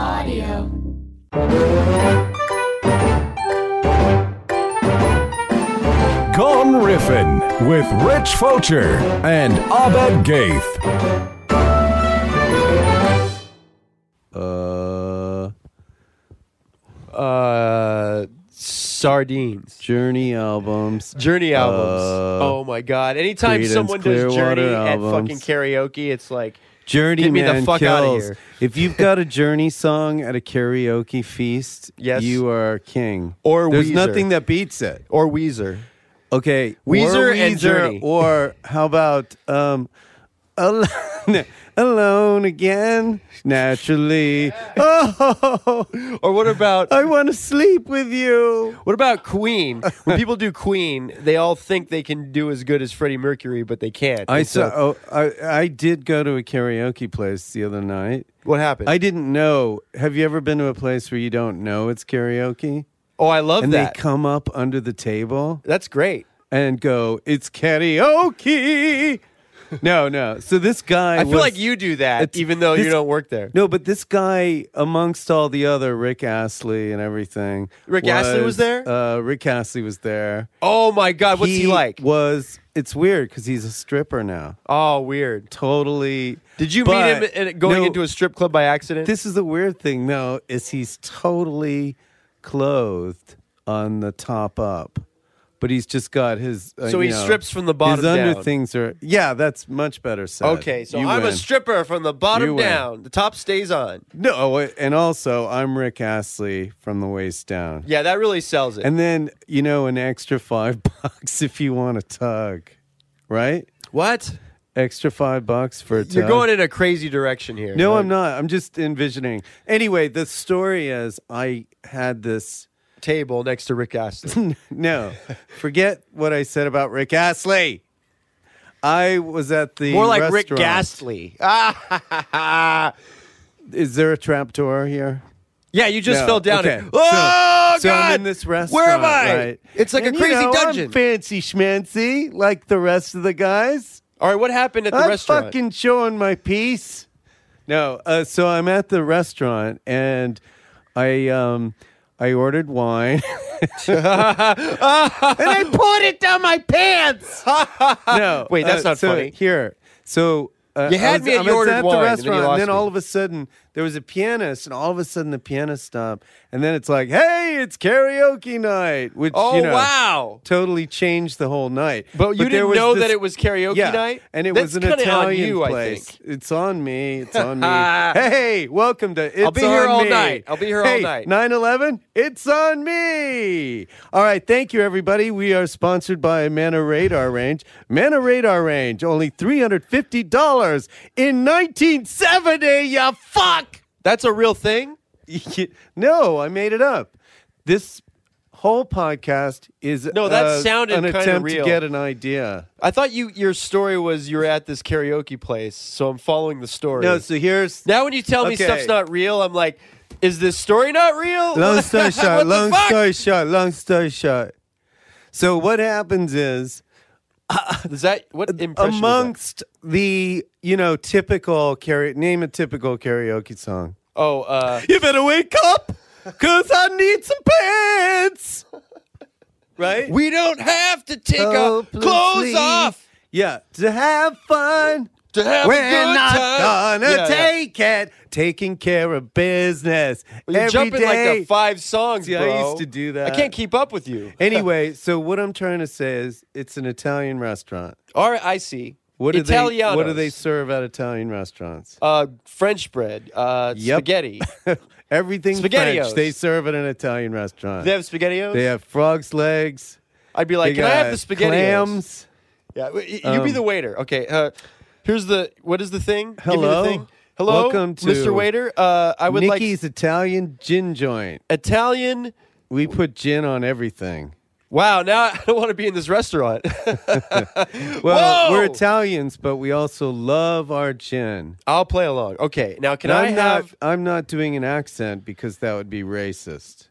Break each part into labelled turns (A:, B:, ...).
A: show.
B: Gone Riffin' with Rich Focher and Abed Gaith.
C: Uh,
D: Uh, sardines.
C: Journey albums.
D: Journey albums.
C: Uh,
D: oh my god! Anytime
C: Creedence
D: someone does
C: Clearwater
D: Journey
C: albums.
D: at fucking karaoke, it's like
C: Journey
D: Get me the
C: man
D: fuck
C: kills.
D: outta here.
C: If you've got a Journey song at a karaoke feast,
D: Yes.
C: you are king.
D: Or
C: there's
D: Weezer.
C: nothing that beats it.
D: or Weezer.
C: Okay,
D: Weezer
C: or
D: and Journey.
C: or how about um, alone, alone again? Naturally, oh,
D: Or what about
C: I want to sleep with you.
D: what about Queen? When people do Queen, they all think they can do as good as Freddie Mercury, but they can't.
C: I
D: And
C: saw.
D: so-
C: Oh, I I did go to a karaoke place the other night.
D: what happened.
C: I didn't know. Have you ever been to a place where you don't know it's karaoke?
D: oh, I love
C: And
D: that.
C: they come up under the table
D: That's great.
C: and go, "It's karaoke." no, no. So this guy,
D: I feel
C: was-
D: like you do that,
C: It's-
D: even though you
C: this-
D: don't work there.
C: No, but this guy, amongst all the other Rick Astley and everything,
D: Rick Astley was there?
C: Uh, Rick Astley was there.
D: Oh my god, what's he, like?
C: Was it's weird because he's a stripper now.
D: oh, weird.
C: Totally.
D: Did you
C: But-
D: meet him in- going
C: no,
D: into a strip club by accident?
C: This is the weird thing, though, is he's totally clothed on the top up, but he's just got his. uh,
D: So
C: you
D: he
C: know,
D: strips from the bottom
C: His under
D: down.
C: things are. Yeah, that's much better. Said.
D: okay, so
C: You
D: I'm
C: win.
D: a stripper from the bottom
C: You win.
D: down. The top stays on.
C: No, oh, and also I'm Rick Astley from the waist down.
D: Yeah, that really sells it.
C: And then, you know, an extra five bucks if you want a tug, right?
D: what?
C: Extra five bucks for a tug.
D: You're going in a crazy direction here.
C: No,
D: Like,
C: I'm not. I'm just envisioning. Anyway, the story is I had this.
D: Table next to Rick Astley.
C: No, forget what I said about Rick Astley. I was at the.
D: More like Rick
C: restaurant.
D: Ghastly. Ah,
C: Is there a trap door here?
D: yeah, you just
C: No,
D: fell down.
C: okay.
D: and- oh
C: so, so
D: God!
C: I'm in this restaurant.
D: Where am I?
C: right?
D: It's like
C: And,
D: a
C: you
D: crazy
C: know, I'm
D: dungeon.
C: fancy schmancy, like the rest of the guys.
D: All right, what happened at the
C: I'm
D: restaurant?
C: fucking showing my piece. No, uh, so I'm at the restaurant and I um I ordered wine and I poured it down my pants. no,
D: Wait, that's
C: uh,
D: not
C: so
D: funny.
C: Here, so. Uh,
D: You
C: I
D: had me at
C: I
D: you ordered
C: at
D: wine,
C: the
D: and then you
C: restaurant, and
D: lost
C: then,
D: me.
C: all of a sudden there was a pianist, and all of a sudden the pianist stopped, and then it's like, "Hey, it's karaoke night," which
D: oh
C: you know,
D: wow!
C: totally changed the whole night.
D: But you
C: there
D: didn't
C: was
D: know
C: this-
D: that it was karaoke
C: yeah,
D: night,
C: and it
D: That's
C: was an
D: kinda on
C: Italian
D: you, I
C: place.
D: think.
C: It's on me. It's on me. hey, welcome to. It's
D: be here
C: on
D: all
C: me.
D: night. I'll be here all
C: Hey,
D: night.
C: 9/11. It's on me. All right, thank you, everybody. We are sponsored by Mana Radar Range. Mana Radar Range, only three hundred fifty dollars in nineteen seventy. You fuck.
D: That's a real thing.
C: no, I made it up. This whole podcast is
D: No, that
C: uh,
D: sounded
C: an
D: kinda
C: attempt
D: real.
C: to get an idea.
D: I thought you your story was you're at this karaoke place, so I'm following the story.
C: No, so here's
D: now when you tell me
C: Okay.
D: stuff's not real, I'm like, is this story not real?
C: long story
D: What
C: short,
D: the
C: long
D: fuck?
C: story short, long story short. So what happens is
D: Is that what impression? is that?
C: amongst the you know typical karaoke name a typical karaoke song.
D: Oh, uh,
C: You better wake up, cause I need some pants. Right?
D: we don't have to take
C: Oh,
D: our clothes
C: please.
D: off
C: Yeah, to have fun.
D: to have a
C: We're
D: good
C: not
D: time.
C: gonna
D: Yeah, yeah.
C: take it. Taking care of business.
D: You're
C: every
D: jumping like
C: day.
D: the five songs,
C: See, I
D: bro.
C: used to do that.
D: I can't keep up with you.
C: anyway, so what I'm trying to say is it's an Italian restaurant.
D: All right, I see.
C: What do they
D: Italianos.
C: What do they serve at Italian restaurants?
D: Uh, French bread, uh,
C: Yep.
D: spaghetti.
C: Everything
D: SpaghettiOs.
C: French they serve at an Italian restaurant.
D: they have spaghettios.
C: They have frog's legs.
D: I'd be
C: They
D: like, can I have the
C: got
D: spaghettios?
C: Clams. Um,
D: Yeah, w- y- you be the waiter. Okay, uh, here's the what is the thing? Give me the
C: Hello.
D: thing. Hello,
C: Welcome to
D: Mr. Waiter. Uh, I would
C: Nikki's
D: like
C: Italian gin joint.
D: Italian.
C: We put gin on everything.
D: Wow, now I don't want to be in this restaurant.
C: Well,
D: Whoa!
C: we're Italians, but we also love our gin.
D: I'll play along. Okay, now can
C: And
D: I
C: I'm not.
D: have?
C: I'm not doing an accent because that would be racist.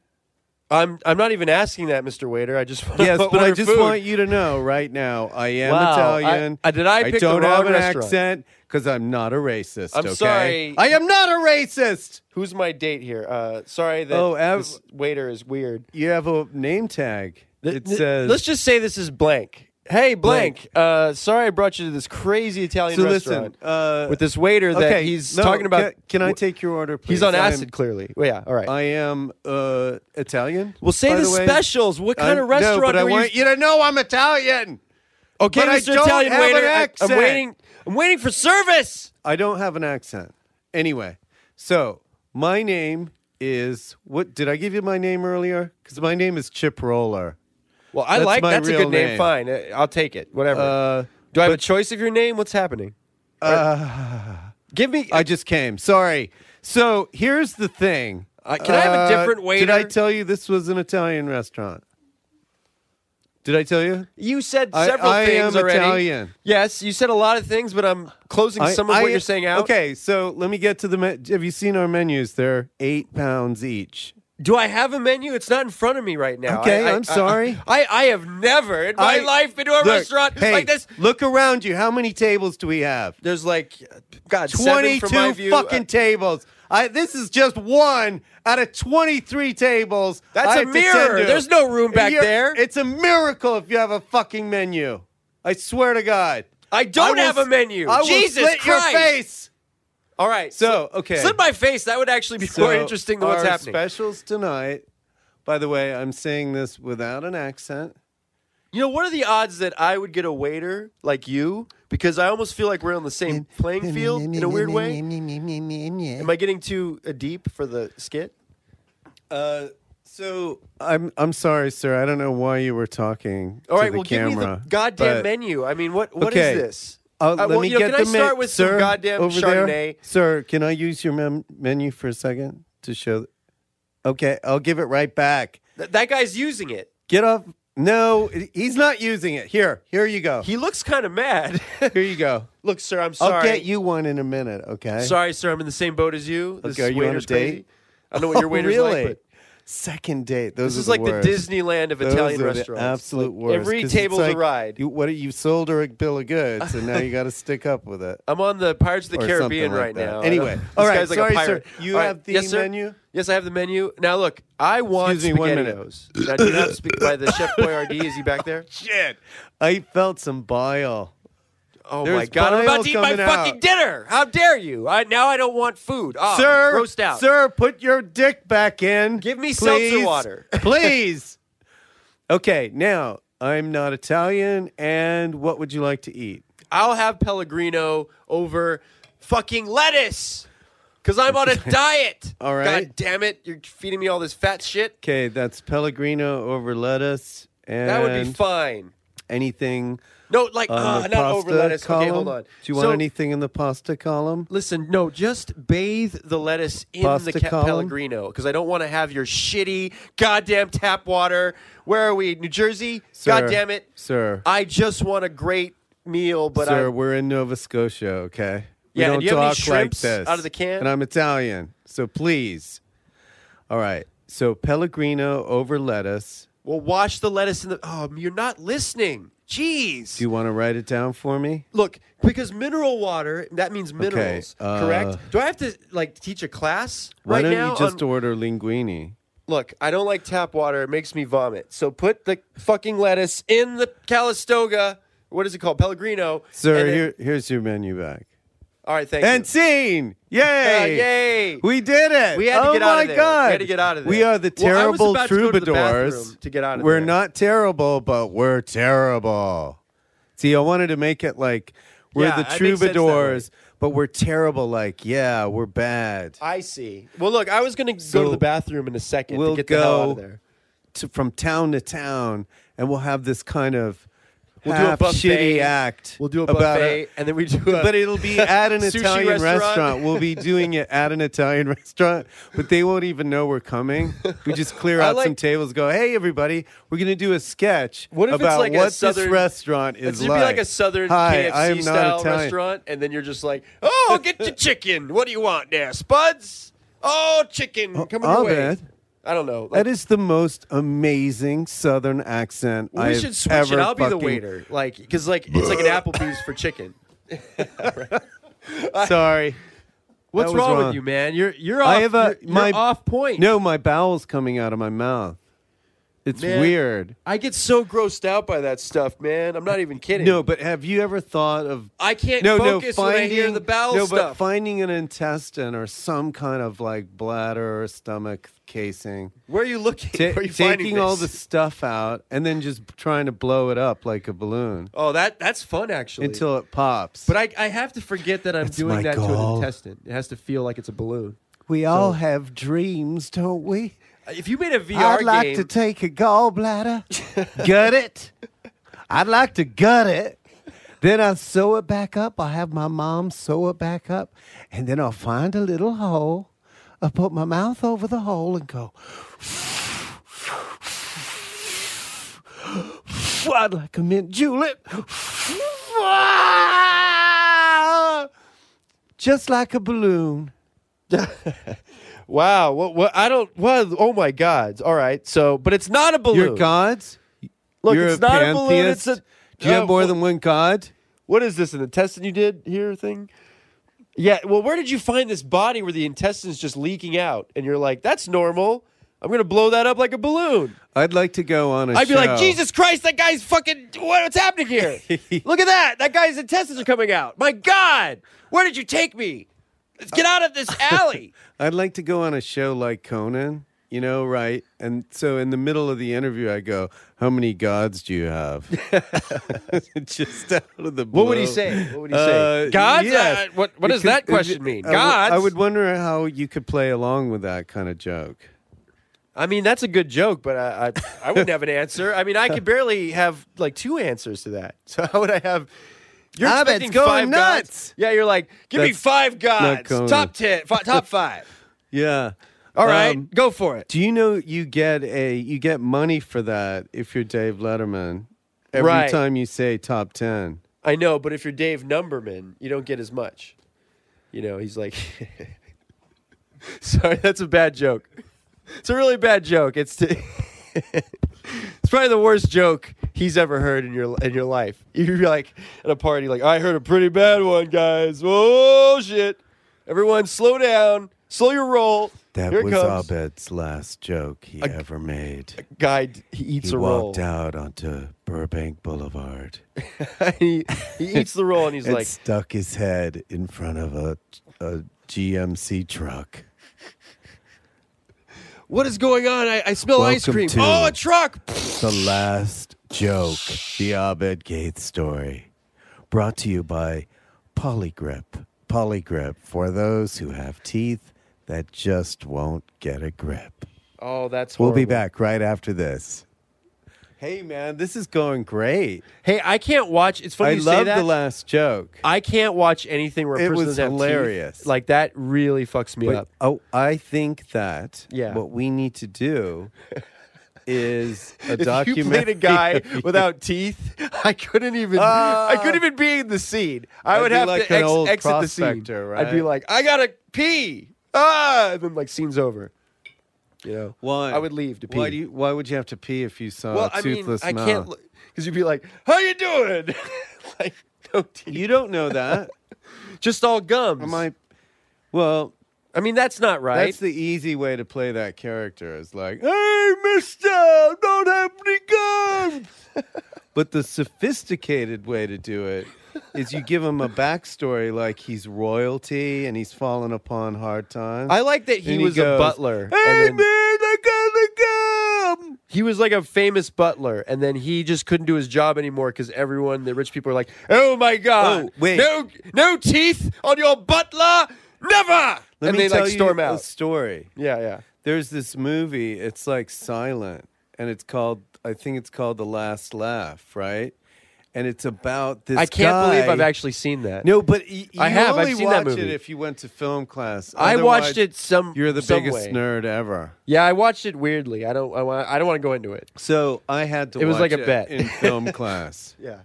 D: I'm I'm not even asking that, Mr. Waiter. I just want
C: Yes,
D: to
C: but I just want you to know right now, I am
D: Wow, I-
C: Italian.
D: I- uh, did I pick the
C: don't
D: wrong
C: have an
D: restaurant?
C: accent because I'm not a racist.
D: I'm
C: okay?
D: sorry.
C: I am not a racist.
D: Who's my date here? Uh, sorry that
C: Oh, Av-
D: this waiter is weird.
C: You have a name tag.
D: Th-
C: It
D: th-
C: says.
D: Let's just say this is blank. Hey, blank. Uh, sorry, I brought you to this crazy Italian
C: so listen.
D: restaurant
C: Uh,
D: with this waiter that
C: okay,
D: he's
C: no,
D: talking about.
C: Can, can I
D: w-
C: take your order, please?
D: He's on
C: I am-
D: acid, clearly. Well, yeah. All right.
C: I am uh, Italian.
D: well, say
C: by
D: the,
C: way.
D: specials. What kind
C: I'm-
D: of restaurant
C: No, but I
D: were
C: want
D: you?
C: you to know I'm Italian.
D: Okay,
C: but I
D: Mr.
C: don't
D: Italian
C: have an
D: waiter. I, I'm
C: accent.
D: waiting. I'm waiting for service.
C: I don't have an accent. Anyway, so my name is what? Did I give you my name earlier? Because my name is Chip Roller.
D: Well, I
C: That's
D: like
C: my
D: that's a
C: real
D: good name.
C: name.
D: Fine, Uh, I'll take it. Whatever.
C: Uh,
D: Do I have a choice of your name? What's happening? Uh, Give me.
C: I just came. Sorry. So here's the thing.
D: Uh, can I have a different
C: Did I
D: waiter?
C: tell you this was an Italian restaurant? Did I tell you?
D: you said
C: I-
D: several
C: I
D: things
C: am
D: already.
C: Italian.
D: Yes, you said a lot of things, but I'm closing
C: I-
D: some of what
C: I-
D: you're saying out.
C: Okay, so let me get to the. Me- have you seen our menus? They're eight pounds each.
D: Do I have a menu? It's not in front of me right now.
C: Okay,
D: I, I,
C: I'm sorry.
D: I, I, I have never in my
C: I-
D: life been to a
C: Look,
D: restaurant
C: hey,
D: like this.
C: Look around you. How many tables do we have?
D: There's like, God, seven from my
C: 22
D: view.
C: fucking tables. I, this is just one out of 23 tables.
D: That's
C: I
D: a
C: have to tend
D: mirror.
C: to.
D: There's no room back
C: You're-
D: there.
C: It's a miracle if you have a fucking menu. I swear to God.
D: I don't
C: I will
D: have a
C: s-
D: menu.
C: I will
D: Jesus
C: slit
D: Christ!
C: your face.
D: All right,
C: So, okay.
D: Slit my face. That would actually be
C: So
D: more interesting than what's
C: our
D: happening.
C: specials tonight. By the way, I'm saying this without an accent.
D: you know, what are the odds that I would get a waiter like you? Because I almost feel like we're on the same playing field in a weird way. Am I getting too uh, deep for the skit?
C: Uh, so I'm I'm sorry, sir. I don't know why you were talking.
D: All
C: to
D: right,
C: the
D: well,
C: camera,
D: give me the goddamn
C: but-
D: menu. I mean, what what is
C: Okay.
D: this? I-
C: Uh, let
D: well,
C: me
D: you know, can
C: get the
D: I
C: men-
D: start with
C: sir,
D: some goddamn
C: over
D: Chardonnay?
C: There? Sir, can I use your mem- menu for a second to show? okay, I'll give it right back.
D: Th- that guy's using it.
C: Get off. No, he's not using it. Here, here you go.
D: He looks kind of mad.
C: Here you go.
D: Look, sir, I'm sorry.
C: I'll get you one in a minute. Okay.
D: Sorry, sir, I'm in the same boat as you. This
C: Okay, are you on a
D: waiter's
C: date?
D: crazy. I don't know what your
C: Oh,
D: waiter's
C: really?
D: like, but
C: Second date. Those
D: this
C: are
D: is like
C: worst.
D: the Disneyland of
C: Those
D: Italian
C: are the
D: restaurants.
C: absolute
D: Like,
C: worst.
D: Every
C: 'cause it's
D: table's
C: like
D: a ride.
C: You, what you sold her a bill of goods, and now you got to stick up with it.
D: I'm on the Pirates of the
C: Or
D: Caribbean
C: something like
D: right
C: that.
D: now.
C: Anyway,
D: This
C: all right,
D: guy's like a
C: sorry,
D: pirate.
C: sir. You
D: All
C: have the
D: yes, sir.
C: menu?
D: Yes, I have the menu. Now look, I want
C: Excuse me, one minute.
D: SpaghettiOs. Now, do you have sp- by the Chef Boyardee? Is he back there?
C: Shit, I felt some bile.
D: Oh my
C: There's
D: god! I'm about
C: bile
D: to eat my
C: coming
D: fucking
C: out.
D: dinner. How dare you? I now I don't want food. Ah,
C: sir,
D: roast out.
C: Sir, put your dick back in.
D: Give me seltzer water.
C: please. Okay, now I'm not Italian, and what would you like to eat?
D: I'll have Pellegrino over fucking lettuce because I'm on a diet.
C: All right.
D: God damn it! You're feeding me all this fat shit.
C: Okay, that's Pellegrino over lettuce and
D: That would be fun.
C: anything
D: No, like
C: on
D: ah,
C: the
D: not
C: pasta
D: over lettuce.
C: column.
D: Okay, hold on.
C: Do you want
D: So-
C: anything in the pasta column?
D: Listen, no, just bathe the lettuce in
C: Pasta
D: the ca-
C: column?
D: Pellegrino because I don't want to have your shitty goddamn tap water. Where are we? New Jersey?
C: Sir,
D: God damn it.
C: sir.
D: I just want a great meal, but
C: sir,
D: I.
C: we're in Nova Scotia, okay? We
D: Yeah, and
C: don't
D: you have
C: talk
D: any
C: like
D: shrimps
C: this.
D: out of the can?
C: And I'm Italian, so please. All right. So Pellegrino over lettuce.
D: Well, wash the lettuce in the. Oh, you're not listening. Jeez.
C: Do you want to write it down for me?
D: Look, because mineral water, that means minerals,
C: uh,
D: correct? Do I have to, like, teach a class
C: Why
D: right
C: don't
D: now?
C: you just
D: on-
C: order linguini?
D: Look, I don't like tap water. It makes me vomit. So put the fucking lettuce in the Calistoga. What is it called? Pellegrino.
C: Sir,
D: and it-
C: here, here's your menu back.
D: All right, thank
C: And
D: you.
C: scene! Yay!
D: Uh, yay!
C: We did it!
D: We had to
C: oh
D: get out
C: my
D: of there.
C: God.
D: We had to get out of there.
C: We are the
D: Well, I was
C: terrible
D: about to go to the
C: troubadours.
D: bathroom to get out of
C: we're
D: there.
C: not terrible, but we're terrible. See, I wanted to make it like we're
D: Yeah,
C: the
D: it makes sense that way. Uh,
C: troubadours, but we're terrible. Like, yeah, we're bad.
D: I see. Well, look, I was going to
C: So
D: go to the bathroom in a 2nd
C: we'll
D: to get the hell out
C: go-
D: of there.
C: To, from town to town, and we'll have this kind of
D: We'll do a
C: half
D: buffet.
C: shitty act.
D: We'll do a
C: about
D: buffet,
C: it.
D: and then we do. A,
C: but it'll be at an
D: Sushi
C: Italian
D: restaurant.
C: restaurant. We'll be doing it at an Italian restaurant, but they won't even know we're coming. We just clear
D: I
C: out some
D: like-
C: tables. Go, hey everybody, we're gonna do a sketch
D: What if it's
C: about
D: like a
C: what
D: southern-
C: this restaurant is
D: It's gonna be like a southern
C: Hi,
D: KFC
C: I am not
D: style
C: Italian.
D: restaurant, and then you're just like, "Oh, get your chicken. What do you want there, Spuds? Oh, chicken, come on your way."
C: Ahmed.
D: I don't know. Like,
C: That is the most amazing southern accent
D: we
C: I've
D: should switch
C: ever
D: it. I'll be the
C: fucking-
D: waiter, like because like it's like an Applebee's for chicken.
C: Sorry.
D: What's
C: That was
D: wrong,
C: wrong.
D: with you, man? You're you're off.
C: I have a-
D: you're,
C: my-
D: you're off point.
C: No, my bowel's coming out of my mouth. It's
D: Man.
C: weird.
D: I get so grossed out by that stuff, man. I'm not even kidding.
C: No, but have you ever thought of
D: I can't
C: no,
D: focus
C: no,
D: when
C: finding
D: I hear the bowel
C: no, but
D: stuff.
C: finding an intestine or some kind of like bladder or stomach casing,
D: Where are you looking?
C: Ta-
D: Where are you finding
C: taking all the
D: this?
C: stuff out and then just trying to blow it up like a balloon
D: Oh, that that's fun actually.
C: until it pops.
D: but I, I have to forget that I'm
C: That's my
D: doing that to an
C: goal.
D: intestine. It has to feel like it's a balloon.
C: we all have dreams, don't we?
D: If you made a VR
C: I'd like
D: game,
C: to take a gallbladder, gut it. I'd like to gut it. Then I'll sew it back up. I'll have my mom sew it back up. And then I'll find a little hole. I'll put my mouth over the hole and go. I'd like a mint julep. Just like a balloon.
D: wow, what what I don't what oh my god. All right. So, but it's not a balloon.
C: Your gods?
D: Look,
C: You're
D: it's
C: a
D: not a balloon.
C: pantheist?
D: It's a
C: Do you
D: uh,
C: have more
D: wh-
C: than one god?
D: What is this? An intestine you did here thing? Yeah. Well, where did you find this body where the intestines just leaking out, and you're like, that's normal. I'm gonna blow that up like a balloon.
C: I'd like to go on a
D: I'd be like,
C: show.
D: Jesus Christ, that guy's fucking. What, what's happening here? Look at that. That guy's intestines are coming out. My God, where did you take me? Let's get out of this alley.
C: I'd like to go on a show like Conan, you know, right? And so in the middle of the interview, I go, How many gods do you have? Just out of the blue.
D: what would he say? What would he say?
C: Uh,
D: Gods?
C: yes.
D: Uh, what What does
C: Because-
D: that question mean?
C: I would-
D: Gods?
C: I would wonder how you could play along with that kind of joke.
D: I mean, that's a good joke, but I, I, I wouldn't have an answer. I mean, I could barely have like two answers to that. So how would I have? You're
C: I bet
D: expecting
C: it's going
D: five gods.
C: nuts.
D: Yeah, you're like, give me
C: That's
D: five gods,
C: Conan.
D: top ten, fi- top five.
C: Yeah.
D: All right,
C: Um,
D: go for it.
C: do you know you get a you get money for that if you're Dave Letterman every
D: Right.
C: time you say top ten?
D: I know, but if you're Dave Numberman, you don't get as much. You know, he's like, sorry, that's a bad joke. It's a really bad joke. It's to, it's probably the worst joke he's ever heard in your in your life. You're like at a party, like I heard a pretty bad one, guys. Oh shit! Everyone, slow down, slow your roll.
C: That
D: Here it
C: was
D: comes.
C: Abed's last joke he ever made.
D: Guy, d- he eats
C: He
D: a roll.
C: walked out onto Burbank Boulevard
D: he, he eats the roll, and he's
C: and
D: like,
C: stuck his head in front of a, a GMC truck.
D: "What is going on? I, I smell ice
C: Welcome
D: cream.
C: to-
D: oh, a truck!
C: The last joke, the Abed Gates story, brought to you by Polygrip. Polygrip for those who have teeth that just won't get a grip.
D: Oh, that's
C: We'll be
D: horrible.
C: back right after this. Hey man, this is going great.
D: Hey, I can't watch. It's funny
C: I
D: you say
C: love
D: that.
C: the last joke.
D: I can't watch anything where a
C: It
D: person
C: was
D: doesn't have teeth.
C: hilarious.
D: Like that really fucks me
C: But-
D: up.
C: oh, I think that
D: Yeah.
C: what we need to do is a
D: If you played
C: documentary.
D: a guy without teeth, I couldn't even. I couldn't even be in the scene. I
C: I'd
D: would
C: be
D: have
C: like
D: to
C: an
D: ex-
C: old
D: exit the scene.
C: prospector,
D: I'd be
C: right?
D: like, I gotta pee. Ah, and then like scene's over. You know
C: Why?
D: I would leave to pee. Uh,
C: Why, do you, why would you have to pee if you saw
D: well,
C: a
D: I mean,
C: toothless
D: I
C: mouth?
D: can't because you'd be like, "How you doing?" like no teeth,
C: you don't know that.
D: just all gums.
C: Am I? Well,
D: I mean, that's not right.
C: that's the easy way to play that character. Is like, hey, Mister, I don't have any gums. but the sophisticated way to do it is you give him a backstory, like he's royalty and he's fallen upon hard times.
D: I like that he
C: And he
D: was a
C: goes,
D: butler.
C: Hey
D: and
C: man,
D: then
C: I gotta come.
D: He was like a famous butler, and then he just couldn't do his job anymore because everyone, the rich people, are like, "Oh my god,
C: Oh, wait.
D: no, no teeth on your butler, never!"
C: Let
D: and
C: me
D: they
C: tell
D: like storm
C: you
D: out.
C: a story.
D: yeah, yeah.
C: There's this movie. It's like silent, and it's called. I think it's called The Last Laugh, right? And it's about this.
D: I can't believe
C: guy-
D: I've actually seen that.
C: No, but y- you
D: I have. I've
C: Only
D: seen
C: watch
D: that movie.
C: it if you went to film class.
D: I watched
C: Otherwise,
D: it some.
C: You're the
D: some
C: biggest
D: way.
C: nerd ever.
D: Yeah, I watched it weirdly. I don't. I, wa- I don't want to go into it.
C: So I had to.
D: It was
C: watch
D: like a bet.
C: in film class,
D: Yeah,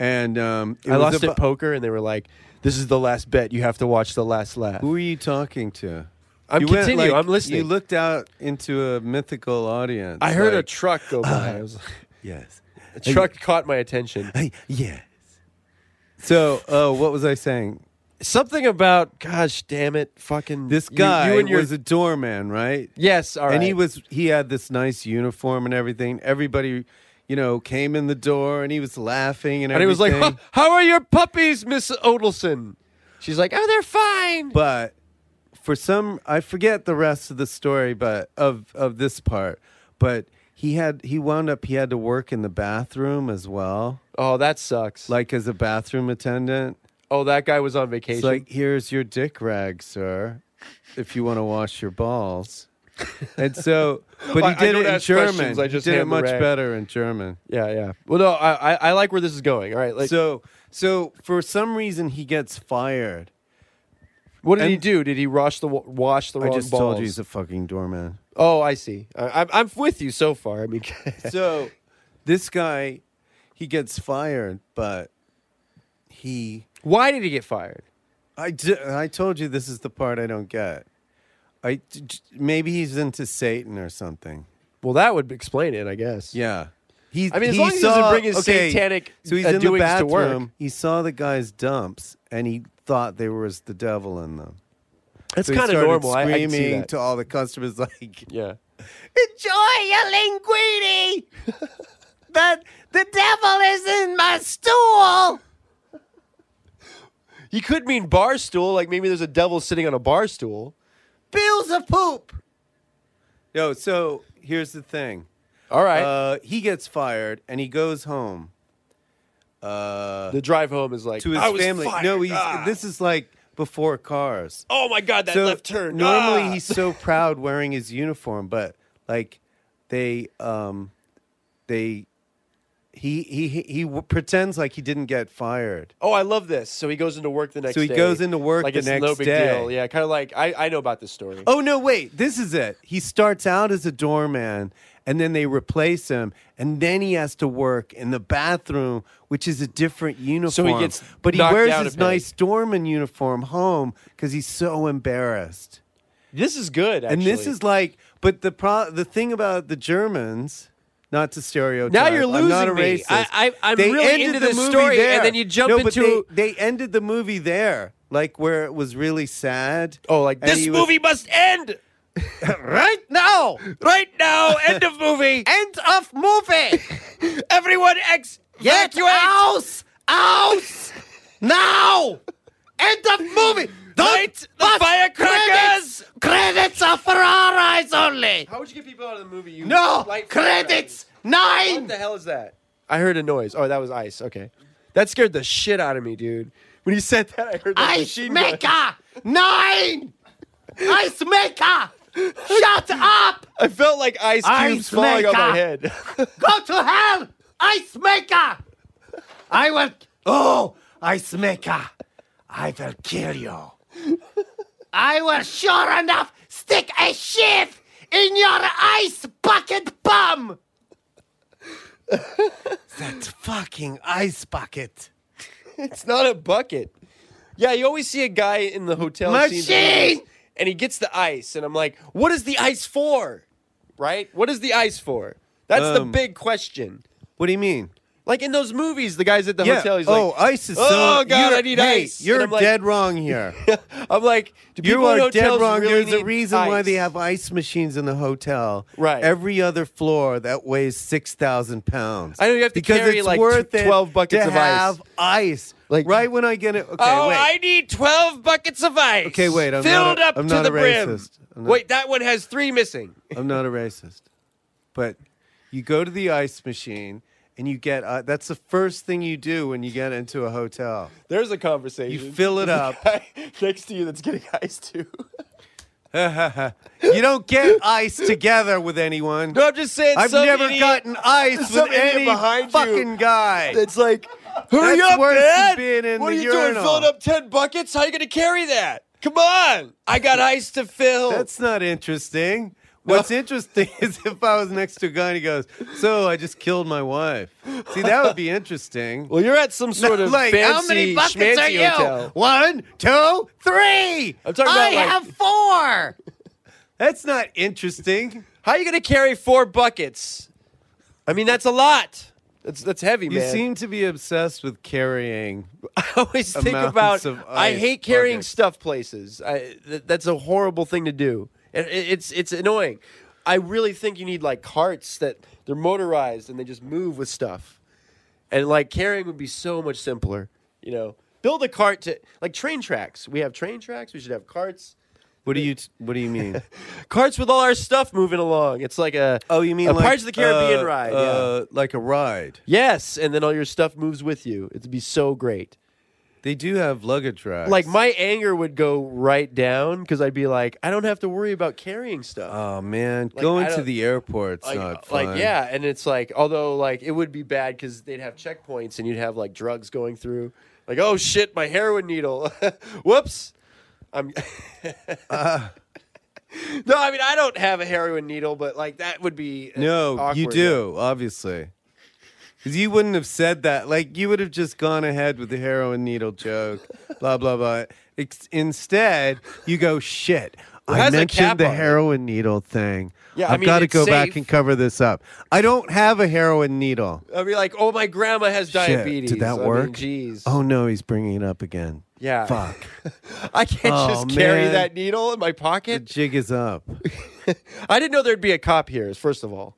C: and um, it
D: I
C: was
D: lost
C: abo-
D: at poker, and they were like, "This is the last bet. You have to watch the last laugh."
C: Who are you talking to?
D: I'm
C: You went,
D: continue,
C: like,
D: I'm listening.
C: You looked out into a mythical audience.
D: I heard a
C: like,
D: truck go by. I was like,
C: yes.
D: a truck caught my attention.
C: Hey, yes. So, uh, what was I saying?
D: something about gosh damn it, fucking
C: This
D: you-
C: guy
D: You, and your
C: was a doorman, right?
D: yes, all right.
C: and he was he had this nice uniform and everything. Everybody, you know, came in the door and he was laughing and
D: and he
C: everything.
D: was like, "Huh, "How are your puppies, Miss Odelson?" She's like, "Oh, they're fine."
C: but for some I forget the rest of the story but of of this part, but he had he wound up he had to work in the bathroom as well,
D: oh, that sucks.
C: like as a bathroom attendant.
D: oh, that guy was on vacation.
C: It's like here's your dick rag, sir, if you want to wash your balls. And so, but
D: I- I
C: he did
D: don't
C: it in
D: ask questions,
C: German.
D: I just
C: he did it
D: hand the
C: much
D: rag.
C: better in German.
D: yeah, yeah. Well, no, I, I I like where this is going. All right, like,
C: so so for some reason he gets fired.
D: what did he
C: and-
D: do? Did he wash the wa- wash the
C: I
D: wrong
C: just
D: balls?
C: told you he's a fucking doorman.
D: oh, I see. I, I'm I'm with you so far. I mean,
C: So this guy he gets fired, but he
D: why did he get fired?
C: I, d- I told you this is the part I don't get. I d- d- maybe he's into Satan or something.
D: Well, that would explain it, I guess.
C: Yeah. He,
D: I mean, as long as he doesn't bring his satanic,
C: so he's
D: uh,
C: in the
D: doings to
C: bathroom.
D: work.
C: He saw the guy's dumps, and he thought there was the devil in them.
D: That's
C: so he
D: kind of
C: started
D: normal. I, I can see
C: Screaming
D: that.
C: to all the customers, like,
D: yeah.
C: "Enjoy your linguine. that the devil is in my stool."
D: You could mean bar stool, like maybe there's a devil sitting on a bar stool.
C: Bills of poop. Yo, so here's the thing.
D: All right.
C: Uh, he gets fired, and he goes home. Uh,
D: the drive home is like
C: to his
D: "I was
C: family.
D: fired.
C: No, he's
D: Ah.
C: this is like before cars.
D: Oh my god, that
C: So
D: left turn.
C: Normally
D: Ah.
C: he's so proud wearing his uniform, but like they um they he he he, he w- pretends like he didn't get fired.
D: Oh, I love this. So he goes into work the next.
C: So he
D: day.
C: goes into work
D: like
C: the
D: it's no
C: next
D: big
C: day.
D: deal. Yeah, kind of like I, I know about this story.
C: Oh no, wait, this is it. He starts out as a doorman and then they replace him and then he has to work in the bathroom, which is a different uniform.
D: gets
C: but he
D: knocked
C: wears
D: down a
C: his
D: peg.
C: nice doorman uniform home cuz he's so embarrassed.
D: This is good. Actually.
C: And this is like, but the pro- the thing about the Germans, not to stereotype.
D: Now you're
C: I'm not a
D: losing me.
C: racist.
D: I- I- I'm
C: they
D: really
C: ended
D: into
C: the
D: this
C: movie
D: story,
C: there.
D: and then you jump
C: no,
D: into-
C: But they, they ended the movie there, like where it was really sad.
D: oh like
C: and
D: this
C: he was-
D: movie must end
C: right now.
D: right now. End of movie.
C: End of movie.
D: Everyone ex.
C: Get
D: evacuate.
C: out, out now. End of movie. Don't
D: Light the
C: bust
D: firecrackers.
C: Credits. Credits are for our eyes only.
D: How would you get people out of the movie? You
C: No
D: light
C: credits. Nine.
D: What the hell is that? I heard a noise. Oh, that was ice. Okay. That scared the shit out of me, dude. When you said that, I heard the
C: Ice
D: machine gun.
C: Maker! Nine! Ice Maker! Shut up!
D: I felt like ice cubes
C: Ice ah!
D: falling on my
C: maker.
D: head.
C: Go to hell! Ice Maker! I will. Oh, Ice Maker! I will kill you. I will sure enough stick a shiv in your ice bucket bum! that fucking ice bucket.
D: it's not a bucket. Yeah, you always see a guy in the hotel scenes and
C: Machine!
D: movies, and he gets the ice, and I'm like, what is the ice for? Right? What is the ice for? That's the
C: Um,
D: big question.
C: What do you mean?
D: Like in those movies, the guys at the hotel, he's
C: oh,
D: like,
C: ice is so.
D: "Oh, God,
C: you're-
D: I need
C: hey,
D: ice." And
C: You're
D: I'm like-
C: dead wrong here.
D: I'm like, do people
C: you
D: in
C: are
D: hotels
C: dead wrong.
D: really
C: There's a
D: need
C: reason why
D: ice?
C: they have ice machines in the hotel.
D: Right.
C: Every other floor that weighs six thousand pounds.
D: I know you have to
C: because
D: carry,
C: it's
D: like,
C: worth
D: tw-
C: it
D: 12 buckets
C: to
D: of ice.
C: have ice.
D: Like-
C: right when I get it. Okay,
D: oh,
C: wait.
D: I need 12 buckets of ice.
C: Okay, wait, I'm not
D: filled
C: a-
D: up
C: I'm
D: to
C: not
D: the
C: a
D: brim.
C: racist. I'm not-
D: Wait, that one has three missing.
C: I'm not a racist, but you go to the ice machine and you get. Uh, that's the first thing you do when you get into a hotel.
D: There's a conversation.
C: You fill it up.
D: next to you that's getting ice too.
C: you don't get ice together with anyone.
D: No, I'm just saying.
C: I've
D: some
C: never
D: idiot-
C: gotten ice
D: some
C: with
D: idiot
C: any
D: behind you
C: fucking guy.
D: It's like, hurry
C: That's
D: up,
C: worse
D: man!
C: than being in
D: what
C: the
D: are you doing?
C: urinal.
D: Filling up ten buckets? How are you going to carry that? Come on! I got ice to fill.
C: That's not interesting. What's interesting is if I was next to a guy and he goes, "So I just killed my wife." See, that would be interesting.
D: well, you're at some sort of
C: like,
D: fancy
C: how many buckets
D: schmancy
C: are you?
D: hotel.
C: One, two, three.
D: I'm talking about,
C: I
D: like-
C: have four. That's not interesting.
D: How are you going to carry four buckets? I mean, that's a lot. That's that's heavy,
C: You
D: man.
C: seem to be obsessed with carrying.
D: I always think about.
C: amounts of
D: I
C: ice
D: hate carrying
C: buckets.
D: stuff places. I th- that's a horrible thing to do. It, it- it's it's annoying. I really think you need like carts that they're motorized and they just move with stuff, and like carrying would be so much simpler. You know, build a cart to like train tracks. We have train tracks. We should have carts.
C: What do you What do you mean?
D: Carts with all our stuff moving along. It's like a
C: Oh, you mean
D: a
C: like
D: Pirates of the Caribbean
C: uh,
D: ride. yeah.
C: uh, like a ride.
D: Yes, and then all your stuff moves with you. It'd be so great.
C: They do have luggage racks.
D: Like my anger would go right down because I'd be like, I don't have to worry about carrying stuff.
C: oh man,
D: Like, I
C: going to
D: don't-
C: the airport's
D: like,
C: not fun.
D: like, yeah, and it's like, although like it would be bad because they'd have checkpoints and you'd have like drugs going through. Like, oh shit, my heroin needle. Whoops. I'm. No, I mean I don't have a heroin needle, but like that would be uh,
C: No, you
D: awkward.
C: do obviously. Because you wouldn't have said that. Like you would have just gone ahead with the heroin needle joke. blah blah blah. Ex- instead, you go shit. I
D: has a
C: mentioned
D: cap
C: the
D: on it."
C: heroin needle thing.
D: Yeah, I
C: I've
D: mean,
C: got to
D: it's
C: go back
D: safe.
C: and cover this up. I don't have a heroin needle.
D: I'd be like, oh, my grandma has diabetes.
C: Did that
D: I mean,
C: work?
D: Jeez.
C: Oh no, he's bringing it up again.
D: Yeah.
C: Fuck.
D: I can't
C: Oh,
D: just carry
C: man.
D: that needle in my
C: the
D: pocket.
C: jig is up.
D: I didn't know there'd be a cop here, first of all.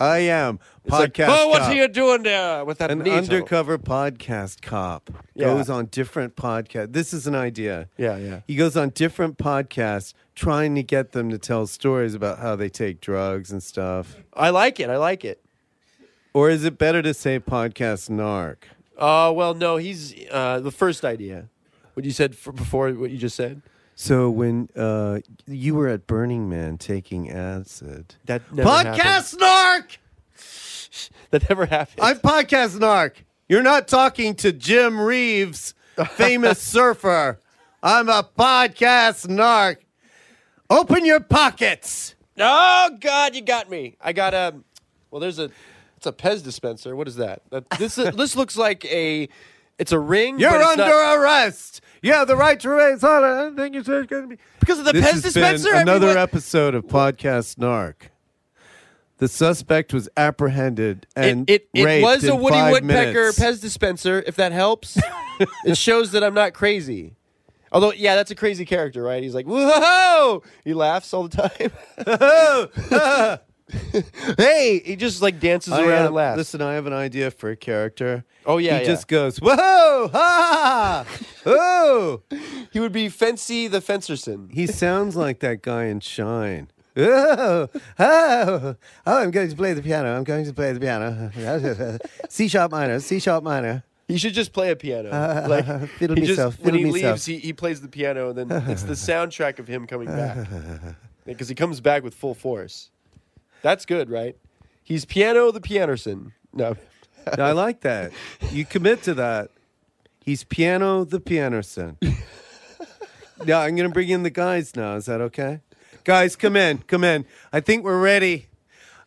C: I am
D: It's like,
C: podcast.
D: oh, what
C: cop.
D: are you doing there with that
C: An
D: needle?
C: undercover podcast cop
D: Yeah.
C: goes on different podcast. This is an idea.
D: Yeah, yeah.
C: He goes on different podcasts trying to get them to tell stories about how they take drugs and stuff.
D: I like it. I like it.
C: Or is it better to say podcast narc?
D: Oh, well, no, he's uh, the first idea. What you said f- before, what you just said.
C: So when uh, you were at Burning Man taking acid,
D: That never
C: podcast narc.
D: That never happened.
C: I'm podcast narc. You're not talking to Jim Reeves, famous surfer. I'm a podcast narc. Open your pockets.
D: oh, God, you got me. I got a, well, there's a, it's a Pez dispenser. What is that? that this, this looks like a, it's a ring.
C: You're
D: but it's
C: under
D: not-
C: arrest. You have the right to raise honor. I don't think you should going to be.
D: because of the
C: This
D: Pez
C: has
D: dispenser?
C: been
D: I mean,
C: another
D: what-
C: episode of Podcast Narc. The suspect was apprehended and
D: it, it, it
C: raped
D: was a
C: in
D: Woody
C: five
D: Woodpecker
C: minutes.
D: Pez dispenser. If that helps, it shows that I'm not crazy. Although, yeah, that's a crazy character, right? He's like, whoa! He laughs all the time. hey, he just like dances
C: I
D: around
C: have-
D: and laughs.
C: Listen, I have an idea for a character.
D: Oh, yeah,
C: he
D: yeah.
C: just goes whoa ha oh.
D: he would be Fancy the Fencerson.
C: He sounds like that guy in Shine. Oh, oh, oh, I'm going to play the piano. I'm going to play the piano. C sharp minor, C sharp minor.
D: He should just play a piano.
C: Uh,
D: like
C: fiddle
D: he
C: myself,
D: when he
C: fiddle myself.
D: leaves, he, he plays the piano, and then it's the soundtrack of him coming back because he comes back with full force. That's good, right? He's piano the pianerson. No,
C: I like that. You commit to that. He's piano the pianerson. yeah, I'm going to bring in the guys now. Is that okay? Guys, come in. Come in. I think we're ready.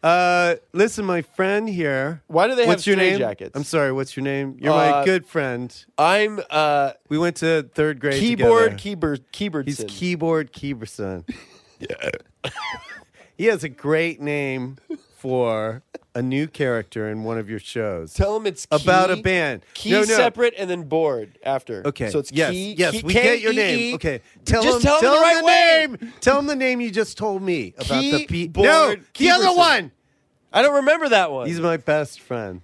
C: Uh, listen, my friend here.
D: Why do they have
C: what's your
D: stray
C: name?
D: jackets?
C: I'm sorry. What's your name? You're my
D: Uh,
C: good friend.
D: I'm uh,
C: We went to third grade
D: keyboard
C: together.
D: keyboard keyboard.
C: He's keyboard Kieberson. yeah. he has a great name for a new character in one of your shows.
D: Tell him it's
C: About a
D: key-
C: band.
D: Key
C: No, no.
D: separate and then board after.
C: Okay.
D: So it's
C: yes,
D: key.
C: yes.
D: key-
C: we get your
D: K-E-E.
C: name. Okay. E Tell
D: Just
C: him.
D: tell him the right way.
C: name. Tell him the name you just told me about the beat.
D: Keyboard
C: No, the other
D: Kieberson.
C: one.
D: I don't remember that one.
C: He's my best friend.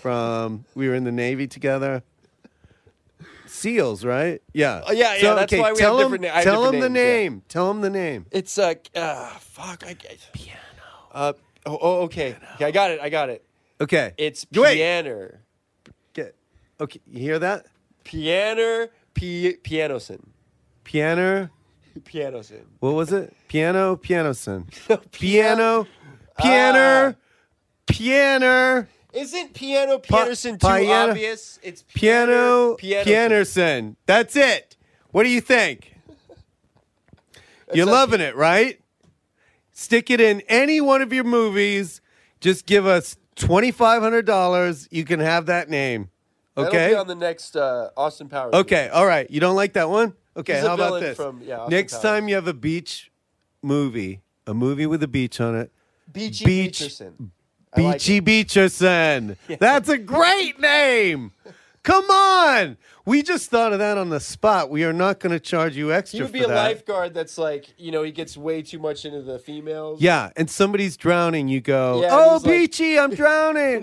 C: From we were in the Navy together. Seals, right? Yeah.
D: Oh, yeah, yeah, that's why we
C: tell
D: have
C: him,
D: different na- I have
C: Tell him
D: different
C: the
D: names, yeah.
C: name. Tell him the name.
D: it's uh, uh fuck. I piano. Uh oh, oh okay. Okay, I got it. I got it.
C: Okay.
D: It's
C: Wait.
D: piano.
C: Get, okay, you hear that?
D: Pianer. P- pianoson.
C: Piano.
D: Pianoson.
C: What was it? Piano. Pianoson.
D: piano- Ah.
C: piano. Pianer. Pianer.
D: Isn't piano pianoson too
C: piano-
D: obvious? It's
C: Piano.
D: pianoson.
C: Pianerson. That's it. What do you think? You're
D: not-
C: loving it, right? Stick it in any one of your movies. Just give us twenty five hundred dollars. You can have that name.
D: That'll
C: Okay.
D: be on the next uh, Austin Powers.
C: Okay, all right. You don't like that one? Okay,
D: He's a
C: how about
D: villain
C: this?
D: from- yeah, Austin
C: Next
D: Powers.
C: time you have a beach movie, a movie with a beach on it,
D: movie. Beachy
C: Beach-
D: Beacherson. I like
C: Beachy Beacherson. That's a great name. Come on. We just thought of that on the spot. We are not going to charge you extra
D: He would be
C: for
D: a
C: that.
D: lifeguard that's like, you know, he gets way too much into the females.
C: yeah, and somebody's drowning. You go,
D: Yeah,
C: oh,
D: he's like-
C: Beachy, I'm
D: And
C: drowning.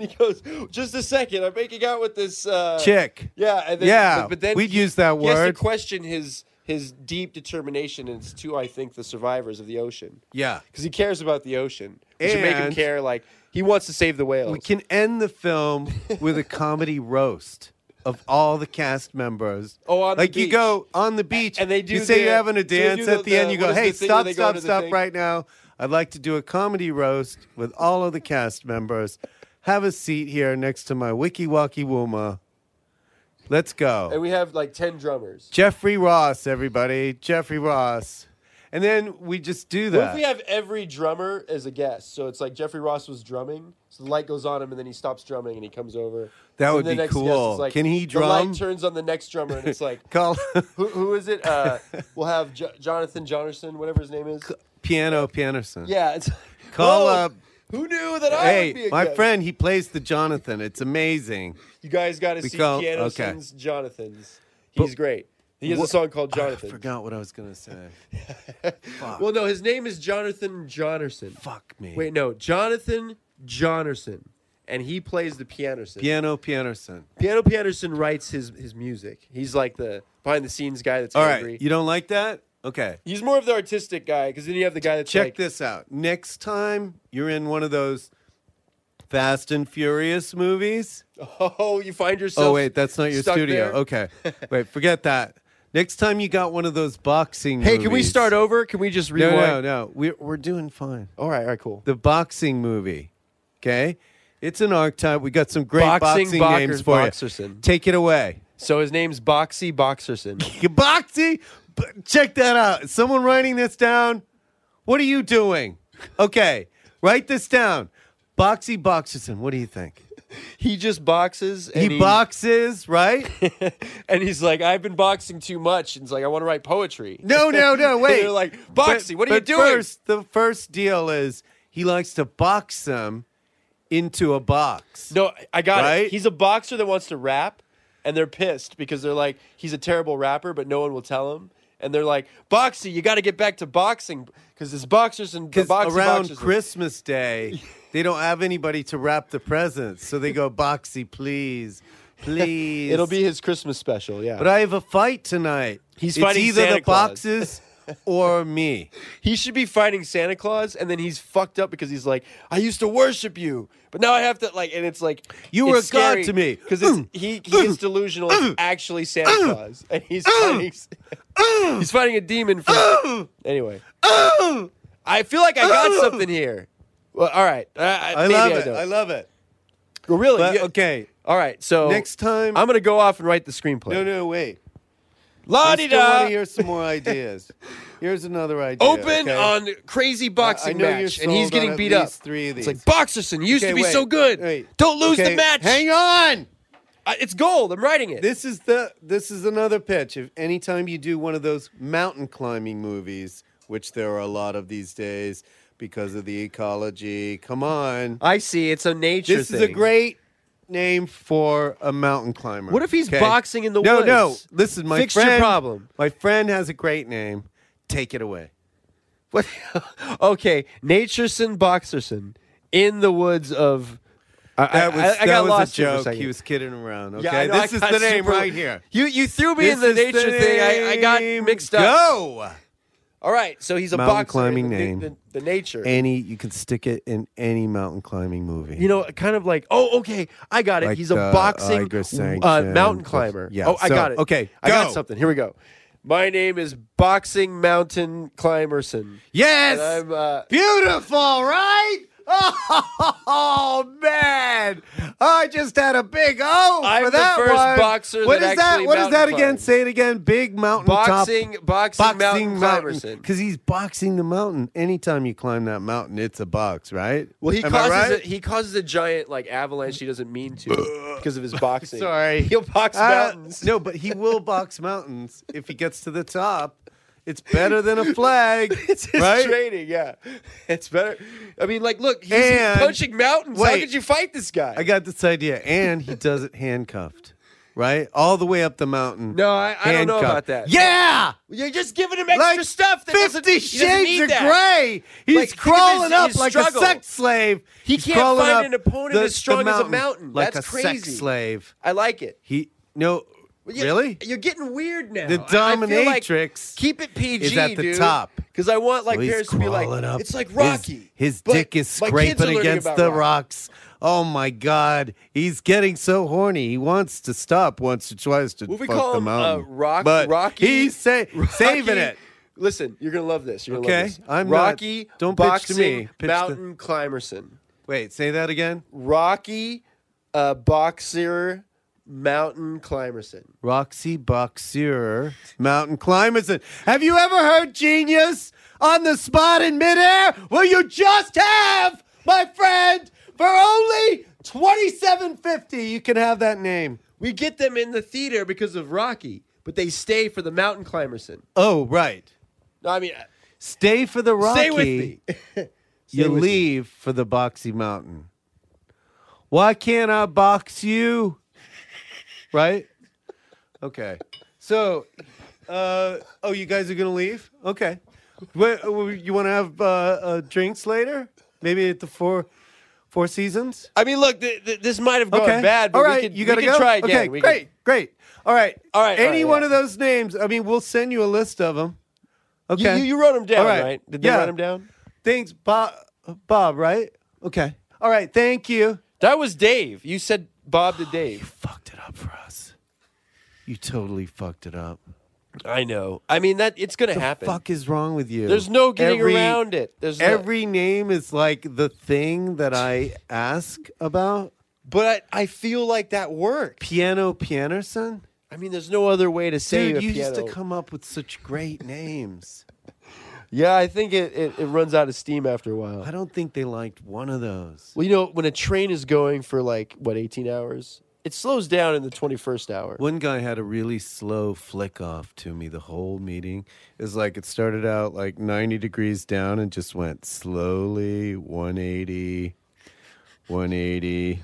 D: he goes, just a second, I'm making out with this uh,
C: Chick.
D: Yeah, and then,
C: Yeah,
D: But, but then
C: we'd
D: he-
C: use that
D: He has to
C: word.
D: question his his deep determination, and it's to I think the survivors of the ocean
C: Yeah.
D: because he cares about the ocean. It should make him
C: And-
D: care. Like he wants to save the whales.
C: We can end the film with a comedy roast of all the cast members.
D: Oh, on the
C: like you
D: beach.
C: go on the beach
D: and they do
C: You say
D: the-
C: you're having a
D: so they
C: dance
D: do
C: at
D: the-
C: the, end.
D: the-
C: You
D: what
C: go,
D: is the
C: hey,
D: thing
C: stop,
D: where they go
C: stop,
D: to the
C: stop
D: thing?"
C: right now. I'd like to do a comedy roast with all of the cast members. Have a seat here next to my Wiki Waki Wuma. Let's go.
D: and we have like ten drummers.
C: Jeffrey Ross, everybody. Jeffrey Ross. And then we just do that.
D: What if we have every drummer as a guest? So it's like Jeffrey Ross was drumming, so the light goes on him, and then he stops drumming, and he comes over.
C: That
D: And
C: would
D: the
C: be
D: next guest
C: cool.
D: is like-
C: Can he
D: The
C: drum?
D: light turns on the next drummer, and it's like,
C: Call
D: who, who is it? Uh, we'll have jo- Jonathan Jonerson, whatever his name is.
C: Piano Pianerson.
D: Yeah, it's
C: Call
D: Whoa,
C: up-
D: Who knew that I would be
C: Hey,
D: a
C: my
D: guest?
C: friend, he plays the Jonathan. It's amazing.
D: You guys got to
C: We
D: see
C: call-
D: Keanu
C: okay.
D: Sins Jonathan's. He's great. He has a
C: Wha-
D: song called
C: I
D: Jonathan.
C: forgot what I was gonna say.
D: Well, no, his name is Jonathan Jonerson.
C: Fuck me.
D: Wait, no, Jonathan Jonerson, and he plays the pianist.
C: Piano Pianerson.
D: Piano Peterson writes his his music. He's like the behind the scenes guy that's
C: All
D: angry.
C: right, you don't like that? Okay.
D: He's more of the artistic guy because then you have the guy that's
C: Check
D: like,
C: this out. Next time you're in one of those Fast and Furious movies.
D: oh, you find yourself.
C: Oh wait, that's not your
D: stuck
C: studio.
D: there.
C: Okay. Wait, forget that. Next time you got one of those boxing
D: Hey, can we
C: movies-
D: start over? Can we just
C: No,
D: rewind?
C: no, no. We're we're doing fine.
D: All right, all right, cool.
C: the boxing movie. Okay, it's an archetype. We got some great
D: Boxing
C: boxing,
D: Bocker-
C: names for you.
D: Boxerson.
C: Take it away,
D: So his name's Boxy Boxerson.
C: boxy. b- Check that out. Someone writing this down. What are you doing? Okay, write this down. Boxy Boxerson. What do you think?
D: he just boxes. And
C: he boxes, right?
D: and he's like, I've been boxing too much. And he's like, I want to write poetry.
C: No, no, no.
D: And
C: Wait.
D: they're like, Boxy,
C: But-
D: what are you
C: but
D: doing?
C: First, the first deal is he likes to box them into a box.
D: No, I got
C: Right?
D: it. He's a boxer that wants to rap, and they're pissed because they're like, he's a terrible rapper, but no one will tell him. And they're like, Boxy, you got to get back to boxing because it's boxers and
C: Because
D: boxy
C: around
D: boxers.
C: Christmas Day, they don't have anybody to wrap the presents, so they go boxy, please, please.
D: It'll be his Christmas special, yeah.
C: But I have a fight tonight.
D: He's
C: it's
D: fighting
C: either
D: Santa
C: the
D: Claus.
C: boxes or me.
D: he should be fighting Santa Claus, and then he's fucked up because he's like, I used to worship you, but now I have to like, and it's like,
C: You were a god to me.
D: because
C: Mm,
D: he he gets delusional. It's actually Santa Claus, and he's fighting
C: Mm.
D: he's fighting a demon. For, anyway,
C: Mm.
D: I feel like I got something here. Well, all right, I,
C: I
D: maybe
C: love
D: I
C: it.
D: don't.
C: I love it.
D: Well, really,
C: But
D: you-
C: okay,
D: All right, so
C: next time.
D: I'm gonna go off and write the screenplay.
C: no, no, wait.
D: La
C: I
D: di
C: still want to
D: da.
C: hear some more ideas. Here's another idea.
D: Open
C: okay?
D: on crazy boxing
C: know you're
D: match, and he's
C: sold on
D: getting
C: at
D: beat up.
C: least three of
D: It's like
C: these.
D: Boxerson you used to
C: Okay,
D: be so
C: wait,
D: good.
C: wait.
D: Don't lose
C: Okay,
D: the match.
C: Hang on.
D: I- it's gold. I'm writing it.
C: This is the this is another pitch. If anytime you do one of those mountain climbing movies, which there are a lot of these days because of the ecology, come on.
D: I see. It's a nature.
C: This is a
D: thing.
C: great name for a mountain climber.
D: What if he's boxing in the
C: no,
D: woods?
C: No, no. Listen, my
D: Fix your
C: friend.
D: problem.
C: My friend has a great name. Take it away.
D: What? okay, natureson boxerson in the woods of. I, I-
C: That was,
D: I, I
C: that
D: got
C: was
D: lost
C: a
D: here for
C: joke.
D: second.
C: he was kidding around. Okay,
D: Yeah, I know,
C: this
D: I
C: is
D: got
C: the name
D: super-
C: right here.
D: You you threw me in the
C: This is
D: nature thing. I, I got
C: name.
D: mixed up.
C: Go.
D: All right, so he's a
C: Mountain
D: boxer. in
C: climbing
D: the,
C: name.
D: The, the, the nature.
C: Any you can stick it in any mountain climbing movie.
D: you know, kind of like, oh, okay, I got it.
C: Like,
D: He's a
C: uh,
D: boxing
C: Iger
D: uh,
C: Sanction.
D: mountain climber.
C: Yeah,
D: Oh, I
C: so-
D: got it.
C: okay,
D: I got
C: go.
D: something. Here we go. My name is Boxing Mountain Climberson.
C: Yes.
D: And I'm uh,
C: Beautiful, right? Oh man, I just had a big O for
D: I'm the
C: that
D: first
C: one.
D: boxer
C: What
D: that
C: is that?
D: actually
C: What is that
D: mountain
C: again?
D: climbed.
C: Say it again. Big mountain
D: boxing, boxing,
C: top,
D: Mountain,
C: boxing
D: Climberson.
C: because he's boxing the mountain. Anytime you climb that mountain, it's a box, right?
D: Well, he
C: Am I
D: causes
C: right?
D: a, he causes a giant like avalanche he doesn't mean to because of his boxing.
C: Sorry,
D: he'll box
C: Uh,
D: mountains.
C: No, but he will box mountains if he gets to the top. It's better than a flag.
D: It's his
C: right?
D: training, yeah. It's better. I mean, like, look, he's
C: And-
D: punching mountains. How
C: Wait.
D: could you fight this guy?
C: I got this idea. And he does it handcuffed, right? All the way up the mountain.
D: no, I, I don't know
C: handcuffed.
D: about that.
C: Yeah!
D: You're just giving him extra
C: Like
D: stuff. That doesn't-
C: Fifty
D: he doesn't
C: Shades
D: need
C: of
D: that.
C: Grey. He's
D: Like, think of
C: crawling
D: his-
C: up
D: his
C: like
D: struggle.
C: a sex slave.
D: He
C: He's
D: can't
C: crawling
D: find
C: up
D: an opponent
C: the-
D: as strong
C: the
D: as a mountain.
C: Like
D: That's
C: a
D: crazy.
C: sex slave.
D: I like it.
C: He no,
D: You-
C: really?
D: You're getting weird now.
C: The
D: I- I feel like
C: dominatrix
D: keep it PG.
C: is at the
D: dude,
C: top.
D: Because I want like
C: So he's
D: parents to be like,
C: crawling up.
D: it's like
C: His-
D: Rocky.
C: His,
D: but
C: dick is
D: my kids are
C: scraping
D: learning
C: against
D: about
C: the
D: Rocky.
C: rocks. Oh my God! He's getting so horny. He wants to stop once or twice to
D: What we
C: fuck
D: call
C: the
D: him uh,
C: mountain.
D: Rock,
C: but
D: Rocky.
C: He's sa-
D: Rocky-
C: saving it.
D: Listen, you're gonna love this. You're gonna
C: Okay,
D: love this.
C: I'm not-
D: Rocky.
C: don't pitch to
D: boxing,
C: me. Pitch to-
D: mountain climberson.
C: Wait, say that again.
D: Rocky, uh, boxer, mountain climberson.
C: Roxy Boxer, mountain climbers. Have you ever heard genius on the spot in midair? Will you just have, my friend, for only twenty-seven fifty? You can have that name.
D: We get them in the theater because of Rocky, but they stay for the mountain climberson.
C: Oh, right.
D: No, I mean,
C: Stay for the Rocky.
D: stay with me.
C: you
D: with me.
C: leave for the boxy mountain. Why can't I box you? Right? Okay. So, uh, oh, you guys are gonna leave? Okay. What, uh, you want to have uh, uh, drinks later? Maybe at the four Four Seasons.
D: I mean, look, th- th- this might have gone
C: okay.
D: bad, but
C: All right.
D: we can,
C: you gotta
D: we can
C: go.
D: try again.
C: Okay.
D: We can-
C: great. Great. All right.
D: All right, all
C: Any
D: right,
C: one
D: yeah.
C: of those names. I mean, we'll send you a list of them.
D: You-
C: Okay.
D: You, you wrote them down,
C: All right.
D: right. Did they
C: Yeah.
D: write them down?
C: Thanks, Bob. Bob, right? Okay. All right. Thank you.
D: That was Dave. You said Bob to Dave.
C: fucked it up for us. You totally fucked it up.
D: I know. I mean, that it's going to happen.
C: Fuck is wrong with you?
D: There's no getting
C: Every-
D: around it. There's no-
C: Every name is like the thing that I ask about.
D: but I, I feel like that worked.
C: Piano Pianerson?
D: I mean, there's no other way to say
C: Dude,
D: a
C: you
D: piano.
C: used to come up with such great names.
D: Yeah, I think it, it, it runs out of steam after a while.
C: I don't think they liked one of those.
D: Well, you know, when a train is going for like what 18 hours, it slows down in the 21st hour.
C: One guy had a really slow flick off to me the whole meeting. It was like it started out like 90 degrees down and just went slowly 180, 180.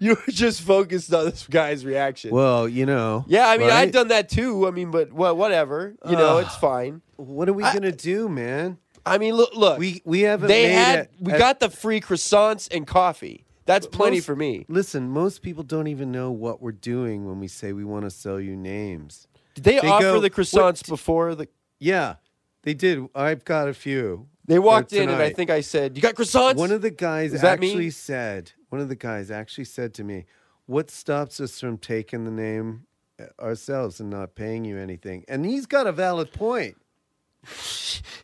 D: You were just focused on this guy's reaction.
C: Well, you know.
D: yeah, I mean,
C: right?
D: I've done that too. I mean, but well, whatever. You know, it's fine.
C: What are we gonna do, man?
D: I mean, look, look.
C: We we haven't.
D: they
C: made
D: had
C: it-
D: we
C: at-
D: got the free croissants and coffee. That's plenty
C: most-
D: for me.
C: Listen, most people don't even know what we're doing when we say we want to sell you names.
D: Did they,
C: they
D: offer
C: go,
D: the
C: "What
D: croissants before the?
C: Yeah, they did. I've got a few.
D: They
C: for
D: walked in, and I
C: tonight.
D: think I said, "You got croissants?"
C: one of the guys
D: Does that
C: actually
D: mean-
C: said. One of the guys actually said to me, "What stops us from taking the name uh, ourselves and not paying you anything?" And he's got a valid point.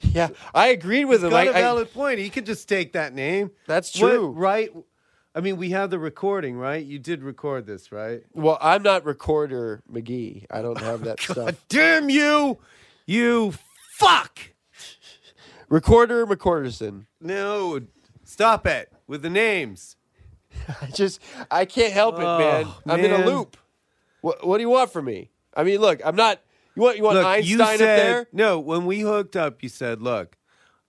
D: yeah, I agreed with him.
C: got
D: I-
C: a
D: I-
C: valid point. He could just take that name.
D: That's
C: What-
D: true.
C: right? I mean, we have the recording, right? You did record this, right?
D: well, I'm not recorder McGee. I don't have that stuff.
C: damn you! You fuck!
D: Recorder McCorderson.
C: No, stop it with the names.
D: I just I can't help it,
C: Oh,
D: man. I'm in a
C: man.
D: loop. What What do you want from me? I mean, look, I'm not. You want you want Einstein
C: you said,
D: up there?
C: No, when we hooked up, you said, "Look,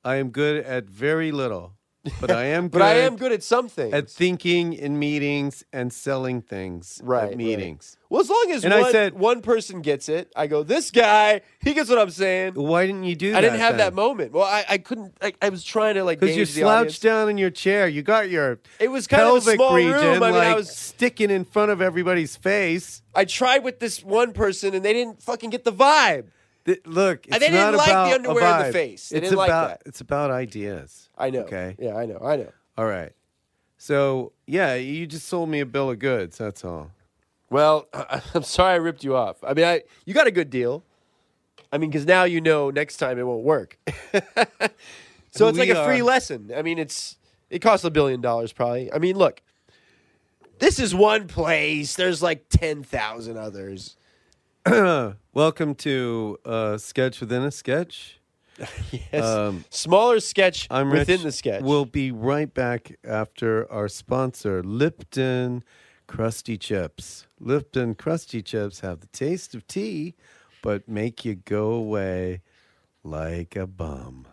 C: I am good at very little, but I am good,
D: But I am good at something.
C: at thinking in meetings and selling things
D: Right, right.
C: at meetings."
D: Well, as long as
C: And I
D: one,
C: said-
D: one person gets it, I go, this guy, he gets what I'm saying.
C: Why didn't you do that?
D: I didn't have that moment. Well, I, I couldn't, I, I was trying to like
C: because you
D: gauge the audience.
C: slouched down in your chair. You got your
D: It was kind of a
C: pelvic
D: small
C: region
D: room. I mean,
C: like
D: I was,
C: sticking in front of everybody's face.
D: I tried with this one person and they didn't fucking get the vibe.
C: Th- look, it's
D: they didn't
C: not
D: like the
C: about a
D: underwear and the
C: vibe.
D: face. They
C: it's
D: didn't like
C: about
D: that.
C: it's about ideas.
D: I know.
C: Okay.
D: Yeah, I know. I know.
C: All right. So yeah, you just sold me a bill of goods. That's all.
D: Well, I, I'm sorry I ripped you off. I mean, I you got a good deal. I mean, because now you know next time it won't work. so it's
C: We uh,
D: like a free
C: are-
D: lesson. I mean, it's it costs a billion dollars probably. I mean, look, this is one place. There's like ten thousand others.
C: Welcome to uh, sketch within a sketch.
D: Yes,
C: Um,
D: smaller sketch
C: I'm
D: within
C: Rich.
D: the sketch.
C: We'll be right back after our sponsor, Lipton Crusty Chips. Lipton Crusty Chips have the taste of tea, but make you go away like a bum.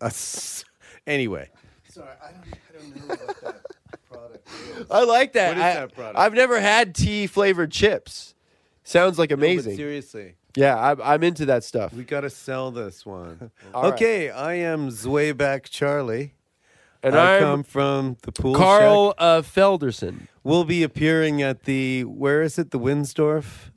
C: Uh, s- anyway, sorry, I don't, I don't know about that product.
D: I like that.
C: What is
D: I,
C: that product?
D: I've never had tea flavored chips. Sounds like
C: But
D: amazing.
C: seriously,
D: yeah, I'm, I'm into that stuff.
C: we gotta sell this one.
D: All right.
C: okay, I am Zwayback Charlie.
D: And
C: I
D: I'm
C: come from the pool. shack.
D: Carl uh, Felderson.
C: We'll be appearing at the where is it? The Winsdorf.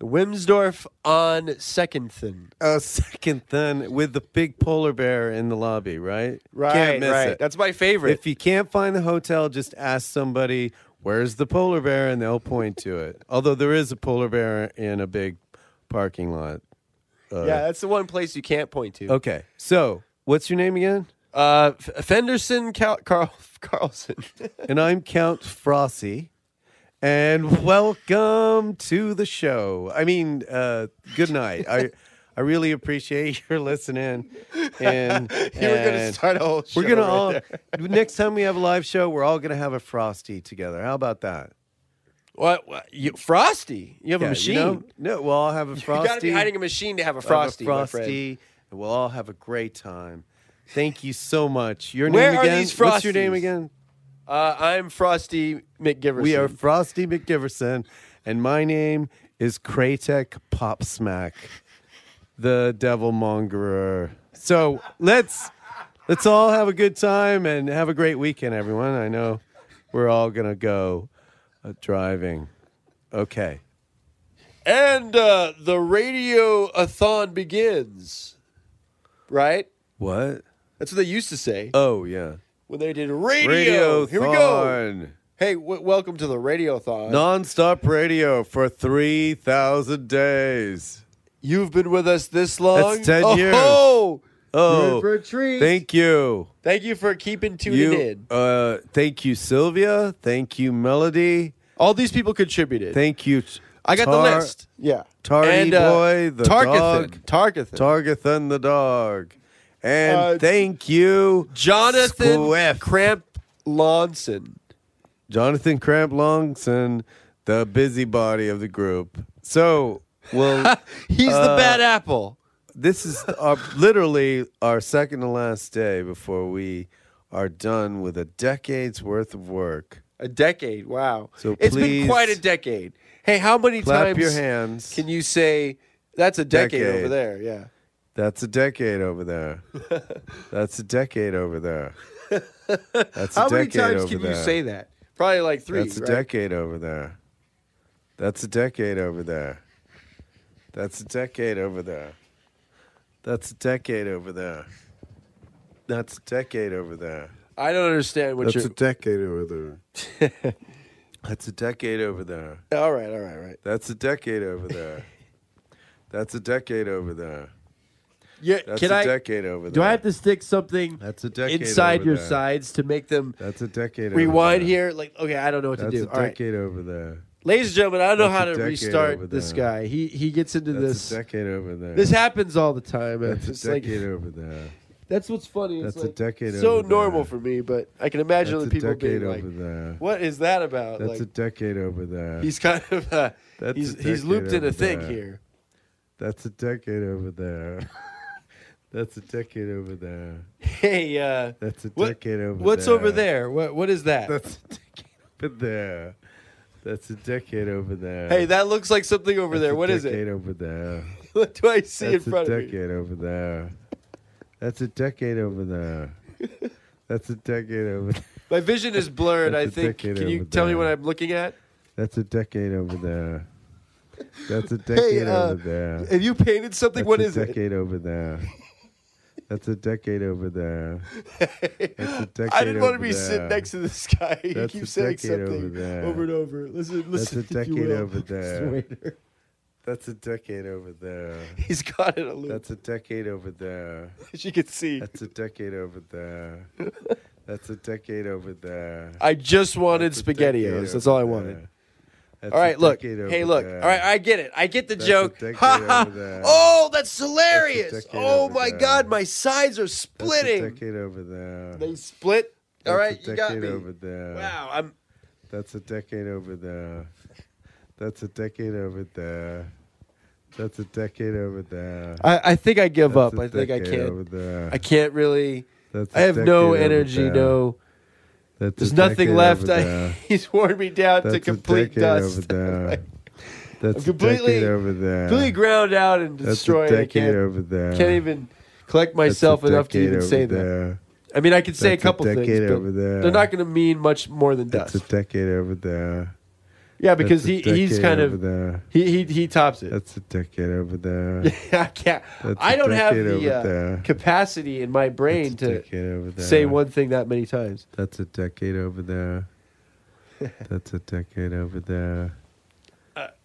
D: Wimsdorf on Secondton.
C: Uh, second then with the big polar bear in the lobby, right? Can't miss it.
D: That's my favorite.
C: if you can't find the hotel, just ask somebody where's the polar bear, and they'll point to it. Although there is a polar bear in a big parking lot.
D: yeah, that's the one place you can't point to.
C: Okay, so what's your name again?
D: Uh, F- Fenderson Cal- Carl Carlson.
C: and I'm Count Frosty. And welcome to the show. I mean, uh, good night. I I really appreciate your listening. And
D: you were going to
C: and
D: start a whole show.
C: We're gonna
D: right
C: all
D: there.
C: next time we have a live show, we're all gonna have a frosty together. How about that?
D: What, what? You, Frosty? You have a
C: Yeah,
D: machine?
C: You know? No, we'll all have a frosty.
D: You gotta be hiding a machine to have a
C: we'll have
D: Frosty,
C: a
D: my friend.
C: frosty, and we'll all have a great time. Thank you so much. Your
D: Where
C: name
D: are
C: again?
D: these
C: What's your name
D: Frosties?
C: again?
D: Uh, I'm Frosty McGiverson.
C: We are Frosty McGiverson, and my name is Kratek Popsmack, the devil mongerer. So let's let's all have a good time and have a great weekend, everyone. I know we're all gonna go uh, driving. Okay.
D: And uh, the radioathon begins. Right?
C: What?
D: That's what they used to say
C: Oh yeah.
D: when they did radio. Here we go. Hey, w- welcome to the radiothon.
C: Non-stop radio for three thousand days.
D: You've been with us this long.
C: 10
D: oh,
C: years.
D: Oh, You're in for
C: Oh,
D: a treat.
C: thank you.
D: Thank you for keeping tuning in.
C: Uh, thank you, Sylvia. Thank you, Melody.
D: All these people contributed.
C: Thank you.
D: I got the
C: Tar-
D: list. Yeah.
C: Tardy
D: and, uh,
C: boy, the dog.
D: Tarkathan. Tarkathan.
C: Targethan the dog. And
D: Uh,
C: thank you,
D: Jonathan
C: Squiff.
D: Cramp Lonson.
C: Jonathan Cramp Longson, the busybody of the group. So, well,
D: He's
C: Uh,
D: the bad apple.
C: this is our, literally our second to last day before we are done with a decade's worth of work.
D: A decade. Wow.
C: So
D: it's
C: please-
D: been quite a decade. Hey, how many
C: Clap
D: times
C: your hands.
D: can you say that's a decade,
C: Decade.
D: over there? Yeah.
C: That's a decade over there. That's a decade over there. That's a
D: How many
C: decade
D: times
C: over
D: can
C: there.
D: you say that? Probably like three.
C: That's a
D: right?
C: decade over there. That's a decade over there. That's a decade over there. That's a decade over there. That's a decade over there.
D: I don't understand what
C: That's
D: you're.
C: a decade over there. That's a decade over there.
D: all right, all right, all right.
C: That's a decade over there. That's a decade over there.
D: Yeah,
C: That's
D: can
C: a
D: I?
C: decade over there.
D: do I have to stick something
C: That's a decade
D: inside
C: over
D: your
C: there.
D: sides to make them
C: That's a decade.
D: rewind
C: over there.
D: here? Like, okay, I don't know what
C: That's
D: to do.
C: a
D: All right,
C: decade over there.
D: ladies and gentlemen, I don't know
C: That's
D: how to
C: a decade over
D: restart this
C: there.
D: guy. He he gets into
C: That's a
D: this.
C: decade over there.
D: This happens all the time.
C: That's
D: It's
C: a
D: like-
C: decade over there.
D: That's what's funny. It's
C: That's a
D: like
C: decade
D: So
C: over
D: normal
C: there.
D: for me, but I can imagine
C: That's a
D: the people
C: decade
D: being
C: over
D: like,
C: there.
D: "What is that about?"
C: That's
D: like,
C: a decade over there.
D: he's kind of uh,
C: That's
D: he's
C: a
D: he's looped
C: decade
D: in a
C: over
D: thing
C: there.
D: here.
C: That's a decade over there. That's a decade over there.
D: Hey, uh,
C: That's a
D: what-
C: decade over
D: what's
C: there.
D: over there? What what is that?
C: That's a decade over there. That's a decade over there.
D: hey, that looks like something over
C: That's
D: there.
C: a
D: What is it?
C: decade over there.
D: What do I see
C: That's
D: in front
C: a
D: of me?
C: decade over there. That's a decade over there. That's a decade over there.
D: My vision is blurred. I
C: That's a
D: think.
C: decade
D: Can you
C: over
D: tell me
C: there.
D: what I'm looking at?
C: That's a decade over there. That's a decade
D: uh,
C: over there.
D: Have you painted something?
C: That's
D: what
C: a
D: is it?
C: decade over there. That's a decade over there. That's a decade
D: I didn't want
C: over
D: to be
C: there.
D: sitting next to this guy. He
C: That's a
D: keeps saying
C: decade over
D: something
C: there.
D: over and over. Listen,
C: That's
D: listen.
C: a
D: if you
C: decade
D: will.
C: over there.
D: Waiter.
C: That's a decade over there.
D: He's got it a loop.
C: That's a decade over there.
D: as you can see.
C: That's a decade over there. That's a decade over there.
D: I just wanted
C: That's a decade
D: spaghettios. That's all I
C: over
D: wanted.
C: there. That's
D: All
C: a
D: right, look.
C: decade over
D: Hey, look.
C: there.
D: All right, I get it. I get the
C: That's a
D: joke.
C: decade
D: Ha ha.
C: over there.
D: Oh, that's hilarious.
C: decade
D: oh
C: over
D: my
C: there.
D: god, my sides are
C: That's a
D: splitting.
C: decade over there.
D: They split. All
C: That's
D: right,
C: a
D: you got
C: decade
D: me.
C: Over there.
D: Wow, I'm
C: That's a decade over there. That's a decade over there. That's a decade over there.
D: I, I think I give
C: That's
D: up.
C: a
D: I think I
C: decade Over
D: can't.
C: there.
D: I can't really.
C: That's a
D: I have no
C: decade over
D: energy.
C: there.
D: No,
C: That's a
D: there's nothing
C: decade
D: left.
C: over
D: I,
C: there.
D: he's worn me down
C: That's
D: to
C: a
D: complete
C: decade Over
D: dust.
C: there. That's a
D: completely-
C: decade over there.
D: Completely ground out and
C: That's
D: destroyed.
C: a
D: I can't,
C: decade over there.
D: can't even collect
C: That's a
D: myself enough to
C: decade
D: even
C: over
D: say that.
C: there.
D: I mean, I could say a
C: That's a
D: couple
C: decade
D: things, but
C: over there.
D: they're not going to mean much more than
C: That's
D: dust.
C: a decade over there.
D: yeah, because
C: That's a
D: he, he's
C: decade
D: kind
C: over
D: of
C: there.
D: he, he he tops it.
C: That's a decade over there.
D: I can't.
C: That's a
D: I don't have
C: decade over
D: the
C: there.
D: uh, capacity in my brain
C: That's a
D: to
C: decade over there.
D: say one thing that many times.
C: That's a decade over there. That's a decade over there.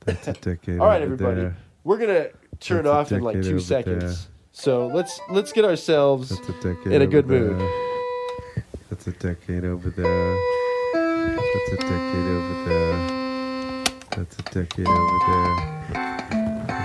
C: That's a decade.
D: Uh, All right,
C: over
D: everybody,
C: There.
D: we're gonna turn
C: That's a
D: off in like
C: decade
D: two
C: over
D: seconds.
C: there.
D: So let's let's get ourselves.
C: That's a decade.
D: In a
C: over
D: good
C: there.
D: mood.
C: That's a decade over there. That's a decade over there. That's a decade over there.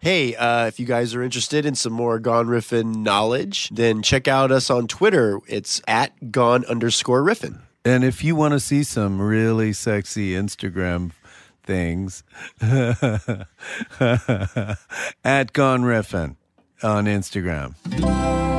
D: Hey, uh, if you guys are interested in some more Gone Riffin knowledge, then check out us on Twitter. It's at Gone underscore Riffin.
C: And if you want to see some really sexy Instagram things, at Gone Riffin on Instagram.